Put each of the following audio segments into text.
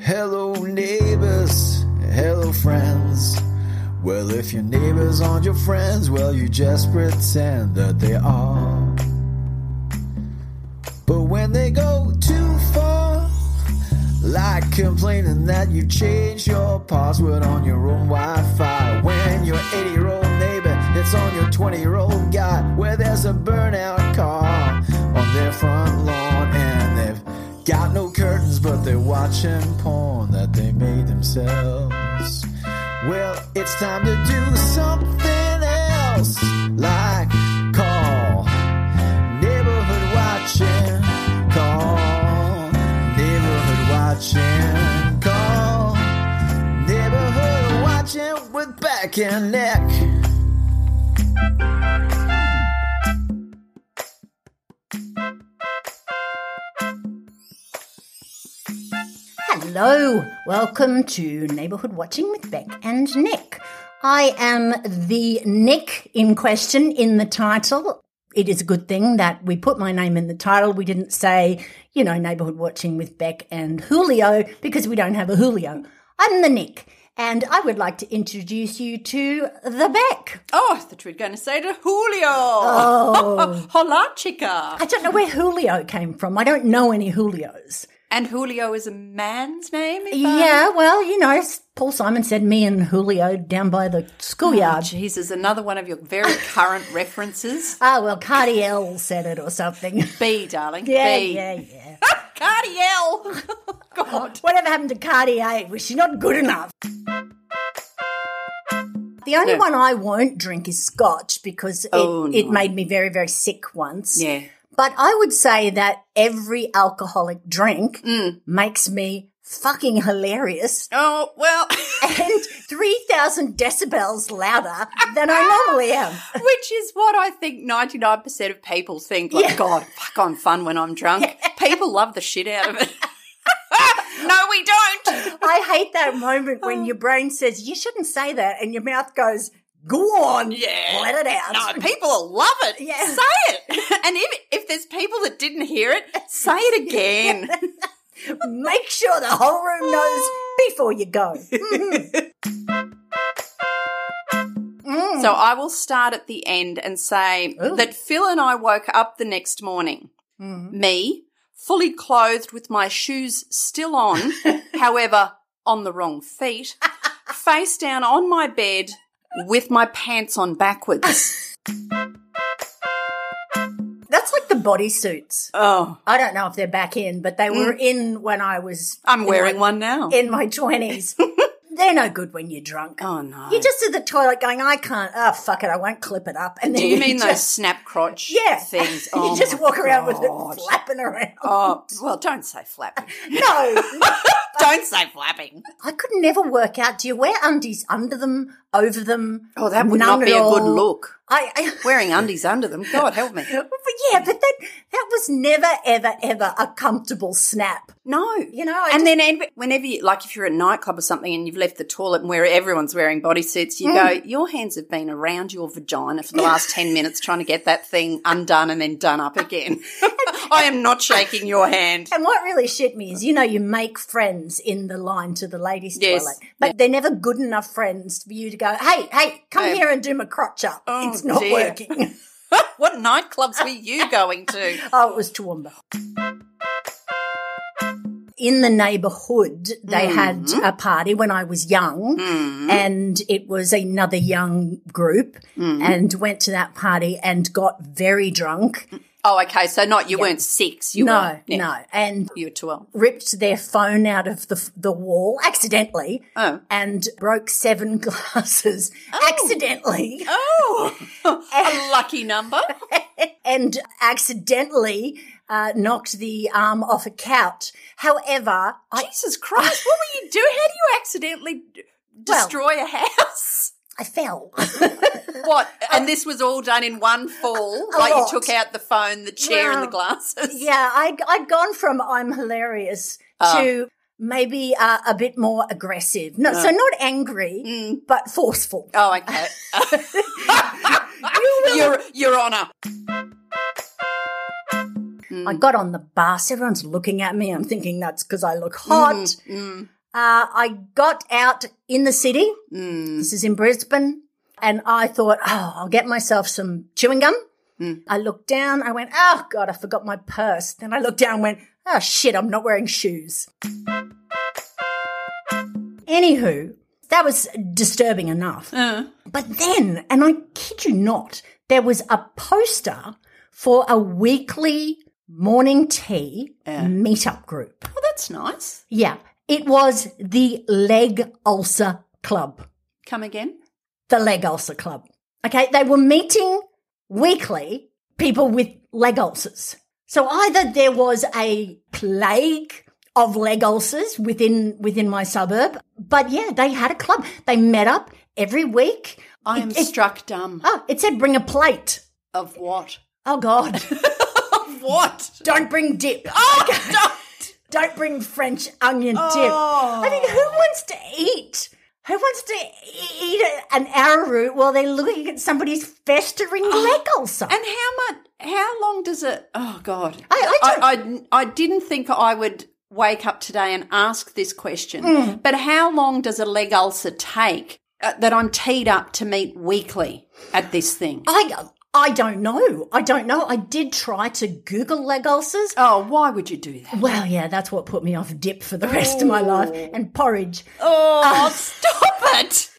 Hello, neighbors. Hello, friends. Well, if your neighbors aren't your friends, well, you just pretend that they are. But when they go too far, like complaining that you changed your password on your own Wi Fi. When your 80 year old neighbor hits on your 20 year old guy, where there's a burnout car on their front lawn, and they've got no curtains, but they're watching porn that they made themselves. Well, it's time to do something else, like call neighborhood watching, call neighborhood watching, call neighborhood watching with back and neck. Hello, welcome to Neighborhood Watching with Beck and Nick. I am the Nick in question in the title. It is a good thing that we put my name in the title. We didn't say, you know, Neighborhood Watching with Beck and Julio because we don't have a Julio. I'm the Nick, and I would like to introduce you to the Beck. Oh, I thought we were going to say to Julio. Oh. Hola, chica. I don't know where Julio came from. I don't know any Julios. And Julio is a man's name? if I- Yeah, well, you know, Paul Simon said me and Julio down by the Oh, schoolyard. Jesus, another one of your very current references. Ah, well, Cardiel said it or something. B, darling. Yeah, B. yeah, yeah. Cardiel. God. Whatever happened to Cartier? Was she not good enough? The only No. one I won't drink is scotch because it, Oh, it no. made me very, very sick once. Yeah. But I would say that every alcoholic drink Mm. makes me fucking hilarious Oh, well, and 3,000 decibels louder than I normally am. which is what I think 99% of people think. Like, Yeah. God, fuck, I'm fun when I'm drunk. People love the shit out of it. no, we don't. I hate that moment Oh. when your brain says, you shouldn't say that, and your mouth goes, go on, Yeah. let it out. No, people will love it. Yeah. Say it. And if, if there's people that didn't hear it, say it again. Make sure the whole room knows before you go. So I will start at the end and say Ooh. that Phil and I woke up the next morning. Mm-hmm. Me, fully clothed with my shoes still on, however, on the wrong feet, face down on my bed with my pants on backwards. That's like the bodysuits. Oh, I don't know if they're back in, but they were in when I was Mm. I'm wearing one now. in my 20s. they're no good when you're drunk. Oh, no. You're just at the toilet going, I can't, oh, fuck it, I won't clip it up. And Do you mean those just, snap crotch Yeah. things? Oh you just my walk around with God. it flapping around. Oh, well, don't say flapping. No, don't say flapping. I could never work out. Do you wear undies under them, over them? Oh, that would none not be at a good all? look. I, I Wearing undies under them. God help me. but yeah, but that that was never, ever, ever a comfortable snap. No. You know, I and then and whenever you, like if you're at a nightclub or something and you've left the toilet and where everyone's wearing bodysuits, you Mm. go, your hands have been around your vagina for the last 10 minutes trying to get that thing undone and then done up again. I am not shaking your hand. And what really shit me is, you know, you make friends in the line to the ladies' Yes. toilet, but they're never good enough friends for you to go, hey, hey, come Hey. here and do my crotch up. Oh, it's not dear. working. What nightclubs were you going to? oh, it was Toowoomba. In the neighbourhood, they Mm. had a party when I was young, and it was another young group, Mm. and went to that party and got very drunk. Oh, okay. So not you weren't six. You no, were, yeah, no, and You were 12. ripped their phone out of the the wall accidentally, Oh. and broke seven glasses accidentally, Oh, a lucky number. and accidentally uh, knocked the arm off a couch. However, I, Jesus Christ, what were you doing? How do you accidentally d- Well- destroy a house? I fell. What? And this was all done in one fall? uh, A like lot. you took out the phone, the chair, and the Wow. glasses? yeah, I, I'd gone from I'm hilarious to. Maybe uh, a bit more aggressive. No, so not angry, but forceful. Oh, okay. You will Your, Your Honour. I got on the bus. Everyone's looking at me. I'm thinking that's because I look hot. Mm, Uh, I got out in the city. mm, This is in Brisbane. And I thought, oh, I'll get myself some chewing gum. Mm. I looked down. I went, oh, God, I forgot my purse. Then I looked down and went, oh, shit, I'm not wearing shoes. Anywho, that was disturbing enough. Uh, But then, and I kid you not, there was a poster for a weekly morning tea Yeah. meetup group. well, that's nice. Yeah, it was the Leg Ulcer Club. Come again. The Leg Ulcer Club. Okay, they were meeting weekly people with leg ulcers. So either there was a plague of leg ulcers within within my suburb, but yeah, they had a club. They met up every week. I am It- it- struck dumb. Oh, it said bring a plate. Of what? Oh God! Of what? Don't bring dip. Oh, don't. Don't bring French onion Oh. dip. I mean, who wants to eat? Who wants to e- eat a- an arrowroot while they're looking at somebody's festering leg ulcer? And how much? How long does it? Oh God, I- I I, I didn't think I would wake up today and ask this question. Hmm. But how long does a leg ulcer take uh, that I'm teed up to meet weekly at this thing? I I don't know. I don't know. I did try to Google leg ulcers. Oh, why would you do that? Well, yeah, that's what put me off dip for the rest of my life and porridge. Oh, stop it!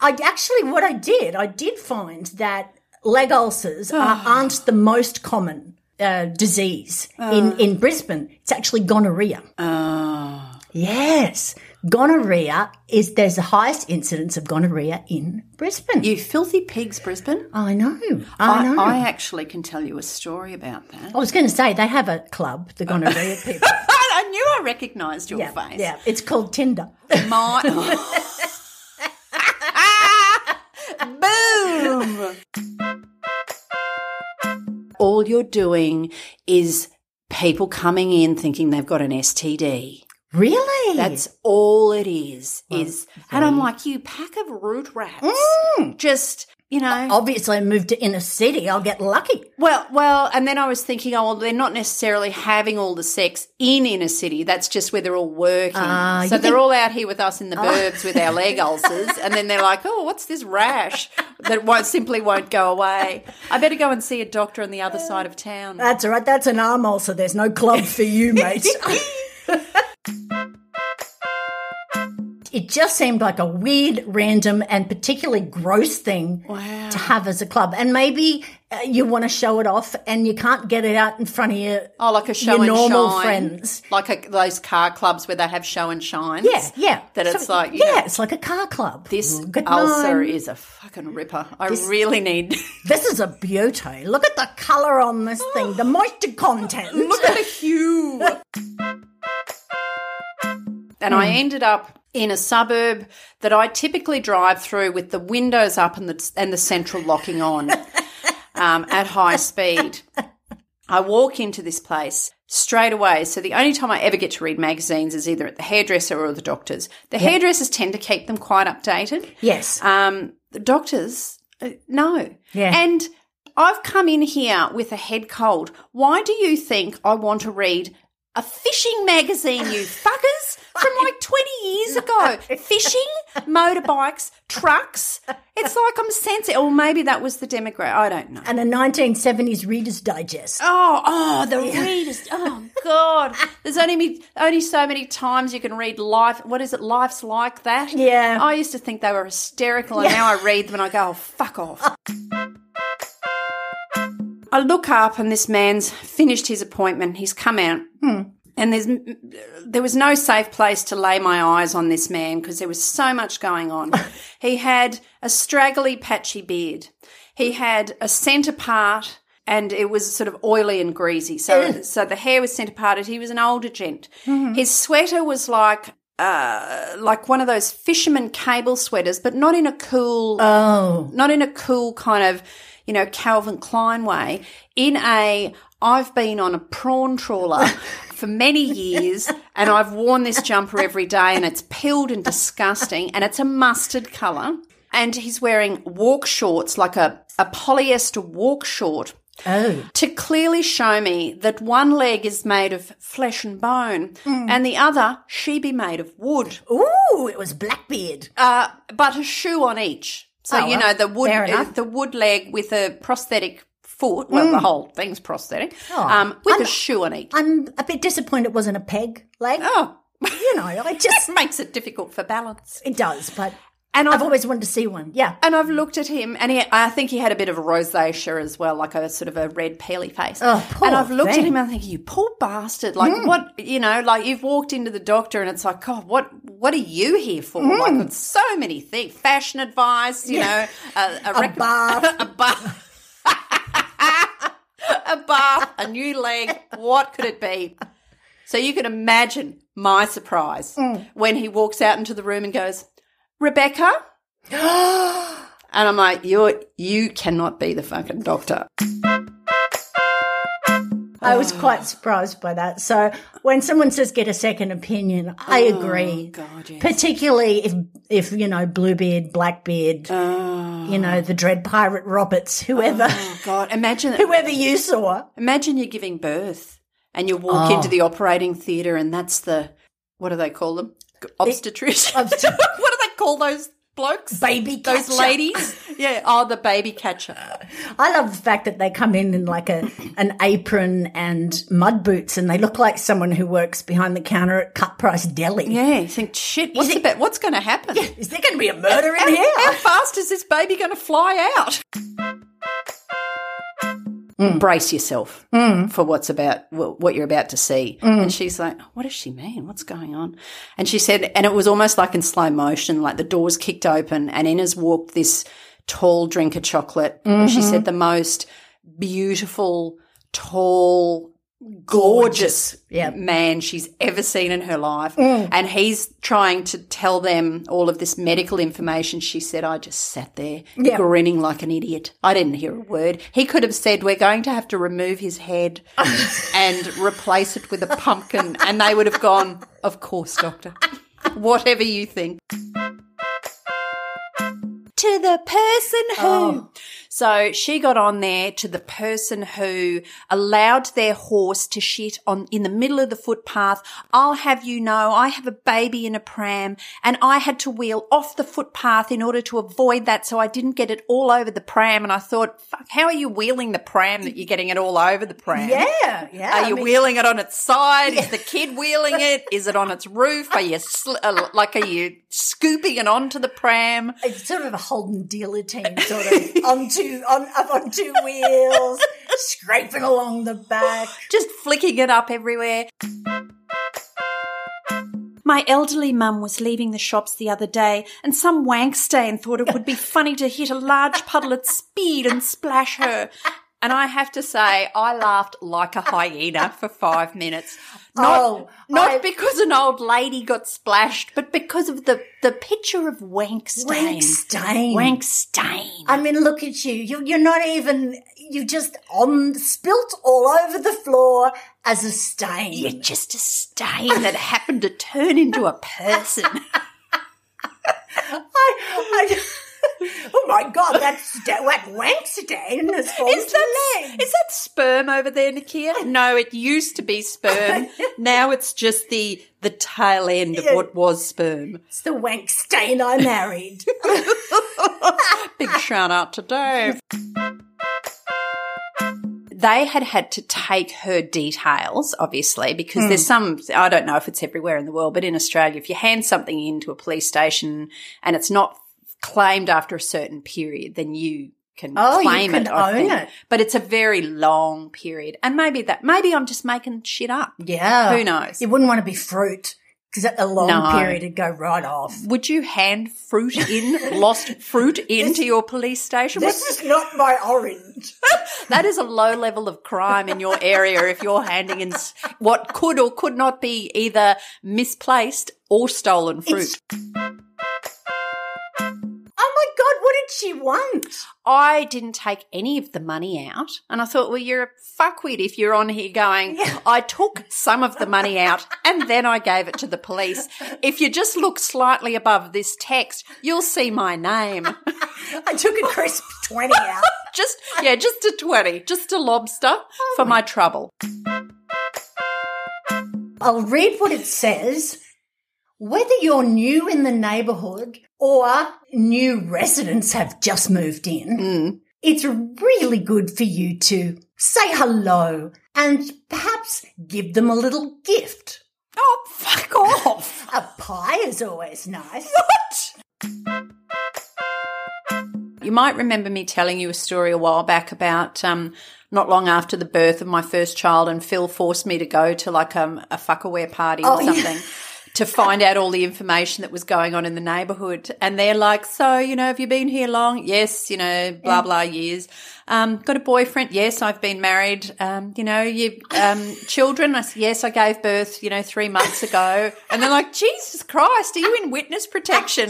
I actually, what I did, I did find that leg ulcers are, aren't the most common uh, disease Uh. in, in Brisbane. It's actually gonorrhea. Oh, Yes, gonorrhea is there's the highest incidence of gonorrhea in Brisbane. you filthy pigs, Brisbane. I know. I, know. I I, actually can tell you a story about that. was going to say they have a club, the gonorrhea people. I I knew I recognised your yeah, face. yeah, it's called Tinder. My. Boom! All you're doing is people coming in thinking they've got an STD. really? That's all it is. Is and I'm like, you pack of root rats. Just you know, obviously I moved to inner city. I'll get lucky. well, well, and then I was thinking, oh, well, they're not necessarily having all the sex in inner city. That's just where they're all working. Ah, so you they're think- Oh. all out here with us in the burbs with our leg ulcers, and then they're like, oh, what's this rash that won't, simply won't go away? I better go and see a doctor on the other side of town. That's all right. That's an arm ulcer. There's no club for you, mate. it just seemed like a weird, random, and particularly gross thing Wow. to have as a club. And maybe uh, you want to show it off and you can't get it out in front of you. Oh, like a show Your and normal shine, friends. like a, those car clubs where they have show and shines. Yeah, yeah. That it's like, you yeah, know, it's like a car club. This Good ulcer night. is a fucking ripper. I really need. This is a beauty. Look at the colour on this thing, the moisture content. Oh. Look at the hue. and I ended up in a suburb that I typically drive through with the windows up and the and the central locking on um, at high speed. I walk into this place straight away. So the only time I ever get to read magazines is either at the hairdresser or the doctors. The hairdressers tend to keep them quite updated. Yes. Um, the doctors, uh, no. Yeah. And I've come in here with a head cold. Why do you think I want to read a fishing magazine, you fuckers, from like 20 years ago? Fishing, motorbikes, trucks. It's like I'm sensitive. Or maybe that was the demographic. I don't know. and a 1970s Reader's Digest. Oh, oh, the readers. Oh, God. There's only me, only so many times you can read life. What is it? Life's like that. Yeah. I used to think they were hysterical, and now I read them and I go, oh, fuck off. I look up, and this man's finished his appointment. He's come out. And there's there was no safe place to lay my eyes on this man because there was so much going on. he had a straggly, patchy beard. He had a centre part, and it was sort of oily and greasy. So, so the hair was centre parted. He was an older gent. His sweater was like uh, like one of those fisherman cable sweaters, but not in a cool Oh, not in a cool kind of, you know, Calvin Klein way, in a I've been on a prawn trawler for many years and I've worn this jumper every day and it's peeled and disgusting and it's a mustard colour. And he's wearing walk shorts, like a, a polyester walk short Oh. to clearly show me that one leg is made of flesh and bone and the other she be made of wood, Ooh, it was Blackbeard. uh, but a shoe on each. So Oh, you well, know the wood, fair uh, enough. Mm. the wood leg with a prosthetic foot. Well, the whole thing's prosthetic, Oh. um, with I'm- a shoe on each. I'm a bit disappointed it wasn't a peg leg. oh, You know, I just, makes it difficult for balance. it does, but And I've I've always wanted to see one. Yeah. and I've looked at him, and he, I think he had a bit of a rosacea as well, like a sort of a red peely face. Oh, poor and I've looked thing. Mm. at him, and I'm thinking, you poor bastard! Like what you know, like you've walked into the doctor, and it's like, God, what what are you here for? Like with so many things, fashion advice, you Mm. Yeah. know, a, a, rec- bath. a bath, a bath, a new leg. What could it be? So you can imagine my surprise when he walks out into the room and goes, Rebecca. And I'm like, you you cannot be the fucking doctor. I was quite surprised by that. So when someone says get a second opinion, I agree. Oh, God, yeah. Particularly if, if you know, Bluebeard, Blackbeard, you know, the Dread Pirate Roberts, whoever, Oh God, imagine whoever you saw. imagine you're giving birth and you walk into the operating theater and that's the what do they call them? Obstetrician. Obstet- what do they call those blokes? Baby those catcher. ladies? Yeah. Oh, the baby catcher. I love the fact that they come in in like a an apron and mud boots, and they look like someone who works behind the counter at Cut Price Deli. Yeah. You think shit. What's think- about? What's going to happen? Is there going to be a murder in How, how here? fast is this baby going to fly out? Mm. Brace yourself for what's about wh- what you're about to see. And she's like, "What does she mean? What's going on?" And she said, and it was almost like in slow motion, like the doors kicked open, and in has walked this tall drink of chocolate. And she said, "The most beautiful, tall, gorgeous Yeah. man she's ever seen in her life. And he's trying to tell them all of this medical information. She said, I just sat there Yeah. grinning like an idiot. I didn't hear a word. He could have said, We're going to have to remove his head and replace it with a pumpkin. And they would have gone, Of course, doctor. Whatever you think. To the person who. Oh. So she got on there to the person who allowed their horse to shit on in the middle of the footpath. I'll have you know, I have a baby in a pram and I had to wheel off the footpath in order to avoid that so I didn't get it all over the pram. And I thought, fuck, how are you wheeling the pram that you're getting it all over the pram? Yeah, yeah. Are I you mean, wheeling it on its side? Is the kid wheeling it? Is it on its roof? Are you sl- uh, like are you scooping it onto the pram? It's sort of a Holden dealer team, sort of on two on up on two wheels, scraping along the back. just flicking it up everywhere. My elderly mum was leaving the shops the other day, and some wankster and thought it would be funny to hit a large puddle at speed and splash her. And I have to say, I laughed like a hyena for five minutes. Not, Oh, not I- because an old lady got splashed, but because of the, the picture of Wankstein. Wank stain. Wankstein. I mean, look at you. you you're not even. You just on spilt all over the floor as a stain. You're just a stain that happened to turn into a person. I, I, oh my god, that's that wank stain has fallen Is to that, the leg. is that sperm over there, Nikia? No, it used to be sperm. now it's just the the tail end of what was sperm. It's the wank stain I married. Big shout out to Dave. They had had to take her details, obviously, because there's Hmm. some, I don't know if it's everywhere in the world, but in Australia, if you hand something into a police station and it's not claimed after a certain period, then you can Oh, you claim can it. I own think. it. But it's a very long period. And maybe that, maybe I'm just making shit up. yeah. Who knows? You wouldn't want to be fruit because a long No. period would go right off. Would you hand fruit in, lost fruit into your police station? This is not my orange. That is a low level of crime in your area if you're handing in s- what could or could not be either misplaced or stolen fruit. It's- Oh my god, what did she want? I didn't take any of the money out. And I thought, well, you're a fuckwit if you're on here going, I took some of the money out and then I gave it to the police. If you just look slightly above this text, you'll see my name. I took a crisp 20 out. Just, yeah, just a 20, just a lobster for Oh my trouble. I'll read what it says. Whether you're new in the neighborhood or new residents have just moved in, it's really good for you to say hello and perhaps give them a little gift. Oh, fuck off. A pie is always nice. You might remember me telling you a story a while back about um, not long after the birth of my first child, and Phil forced me to go to like um, a fuckaware party Oh, or yeah. something. To find out all the information that was going on in the neighbourhood, and they're like, "So, you know, have you been here long? Yes, you know, blah blah years. Um, got a boyfriend? Yes, I've been married. Um, you know, you um, children? I said, yes, I gave birth, you know, three months ago. And they're like, "Jesus Christ, are you in witness protection?"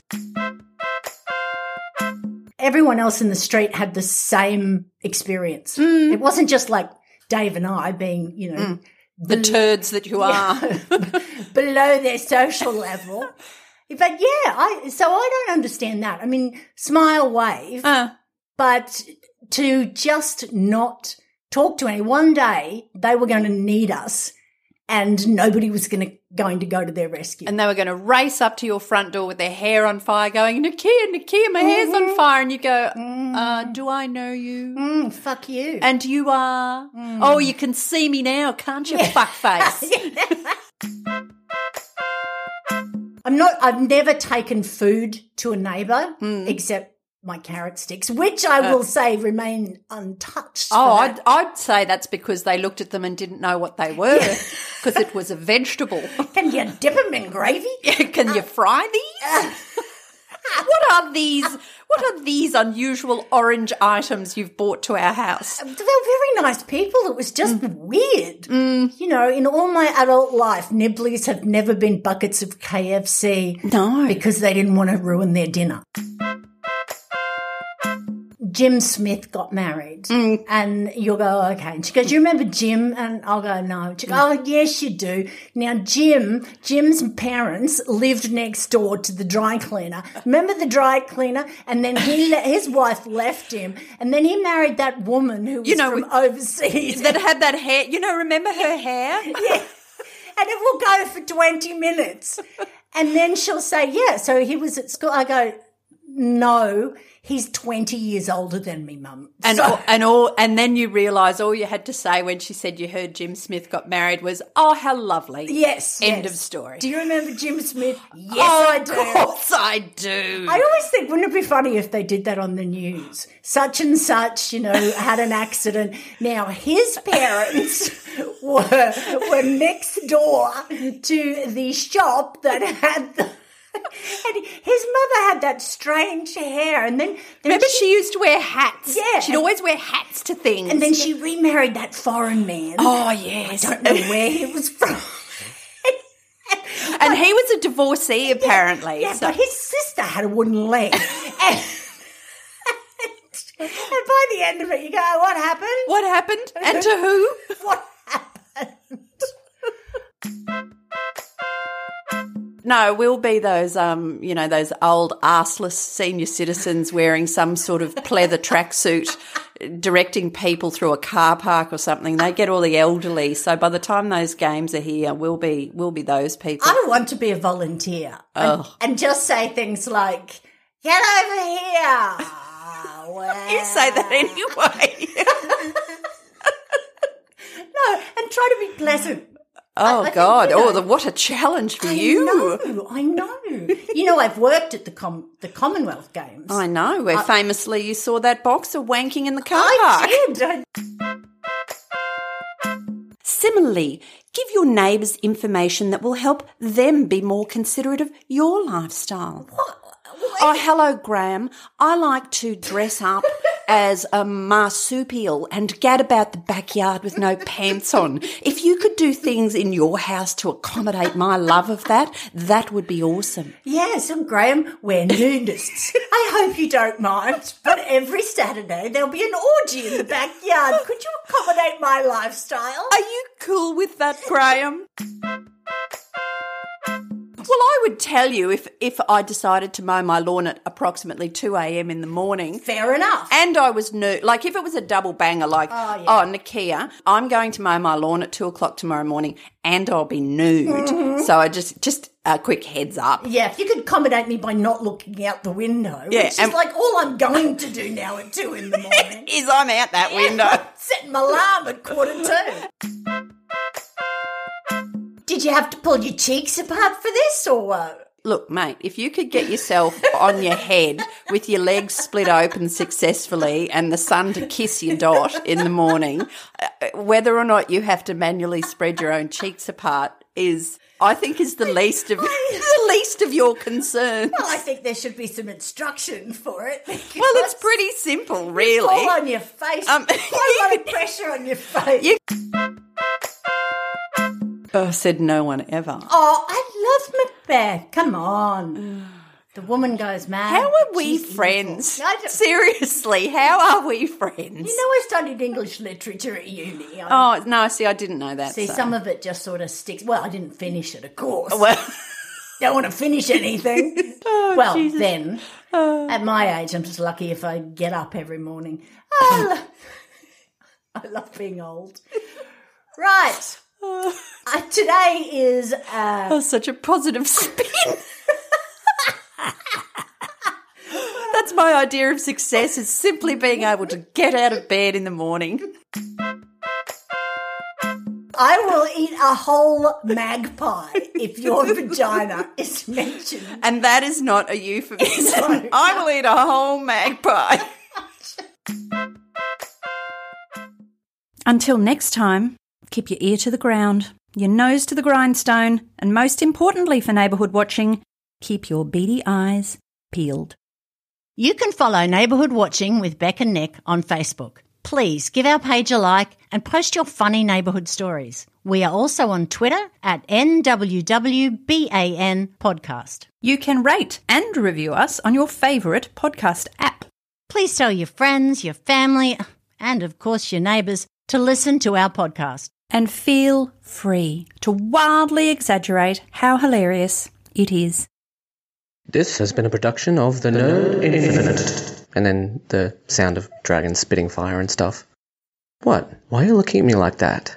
Everyone else in the street had the same experience. It wasn't just like Dave and I being, you know, The turds that you are. um, below their social level. But yeah, I so I don't understand that. I mean, smile wave, Uh. but to just not talk to any one day they were going to need us and nobody was going to going to go to their rescue. and they were going to race up to your front door with their hair on fire, going, Nakia, Nakia, my hair's on fire. And you go, uh, Do I know you? Mm, fuck you. And you are, Oh, you can see me now, can't you, fuckface? I'm not I've never taken food to a neighbor Hmm. except my carrot sticks, which I will say remain untouched. for Uh. oh, that. I'd, I'd say that's because they looked at them and didn't know what they were, because it was a vegetable. can you dip them in gravy? can you fry these? what are these? What are these unusual orange items you've brought to our house? They were very nice people. It was just weird. You know, in all my adult life, nibblies have never been buckets of KFC No. because they didn't want to ruin their dinner. Jim Smith got married, and you'll go, "Oh, okay. And she goes, You remember Jim? And I'll go, No. She goes, Oh, yes, you do. Now, Jim, Jim's parents lived next door to the dry cleaner. Remember the dry cleaner? And then he, le- his wife left him, and then he married that woman who was know, from overseas. That had that hair. You know, remember her hair? Yeah. And it will go for 20 minutes. And then she'll say, Yeah, so he was at school. I go, No, he's 20 years older than me, mum. And So- all, and all and then you realise all you had to say when she said you heard Jim Smith got married was, "Oh, how lovely." yes. End yes. of story. Do you remember Jim Smith? Yes, oh, I of do. course I do. I always think, wouldn't it be funny if they did that on the news? Such and such, you know, had an accident. Now his parents were were next door to the shop that had the. And his mother had that strange hair, and then, then Remember, she, she used to wear hats. Yeah. she'd always wear hats to things. and then she remarried that foreign man. oh yes, I don't know where he was from. and he was a divorcee apparently. Yeah, so- but his sister had a wooden leg. and, and by the end of it, you go, "What happened? what happened and to who? What happened? No, we'll be those, um, you know, those old arseless senior citizens wearing some sort of pleather tracksuit, directing people through a car park or something. They get all the elderly. So by the time those games are here, we'll be we'll be those people. I want to be a volunteer and, Oh. and just say things like, get over here. Well, you say that anyway. No, and try to be pleasant. I oh think, God! you know- oh, the, what a challenge for I you. know, I know. you know, I've worked at the com- the Commonwealth Games. I know. Where famously you saw that boxer wanking in the car park. I did. I Similarly, give your neighbours information that will help them be more considerate of your lifestyle. Well, Oh, hello, Graham. I like to dress up as a marsupial and gad about the backyard with no pants on. If you could do things in your house to accommodate my love of that, that would be awesome. Yeah, so Graham, we're nudists. I hope you don't mind, but every Saturday there'll be an orgy in the backyard. Could you accommodate my lifestyle? Are you cool with that, Graham? Well, I would tell you if, if I decided to mow my lawn at approximately 2 a.m. in the morning. Fair enough. And I was new. Like, if it was a double banger, like, Oh, yeah. oh, Nakia, I'm going to mow my lawn at 2 o'clock tomorrow morning and I'll be nude. So I just, just a quick heads up. yeah, if you could accommodate me by not looking out the window, Yeah, which is and- like all I'm going to do now at two in the morning. Is I'm out that window. Setting my alarm at quarter two. Did you have to pull your cheeks apart for this, or what? Look, mate, if you could get yourself on your head with your legs split open successfully and the sun to kiss your dot in the morning, uh, whether or not you have to manually spread your own cheeks apart is, I think, is the least of the least of your concerns. Well, I think there should be some instruction for it. Well, Well, it's pretty simple, really. all on your face. Um, Quite a lot of pressure on your face. You- Oh, said no one ever. Oh, I love Macbeth. Come on. The woman goes mad. How are we She's friends? evil. I don't- Seriously, how are we friends? You know, I studied English literature at uni. I oh no, see, I didn't know that. see so- some of it just sort of sticks. Well, I didn't finish it, of course. well. Oh, Don't want to finish anything. well, then, Ah. at my age, I'm just lucky if I get up every morning. I, lo- I love being old. Right. Ah. Uh, today is uh, Oh, such a positive spin. That's my idea of success is simply being able to get out of bed in the morning. I will eat a whole magpie if your vagina is mentioned. And that is not a euphemism. I will eat a whole magpie. Until next time, keep your ear to the ground, your nose to the grindstone, and most importantly for neighbourhood watching, keep your beady eyes peeled. You can follow Neighbourhood Watching with Beck and Nick on Facebook. Please give our page a like and post your funny neighbourhood stories. We are also on Twitter at NWWBAN Podcast. You can rate and review us on your favourite podcast app. Please tell your friends, your family, and of course your neighbours to listen to our podcast. And feel free to wildly exaggerate how hilarious it is. This has been a production of The Nerd Infinite. And then the sound of dragons spitting fire and stuff. What? Why are you looking at me like that?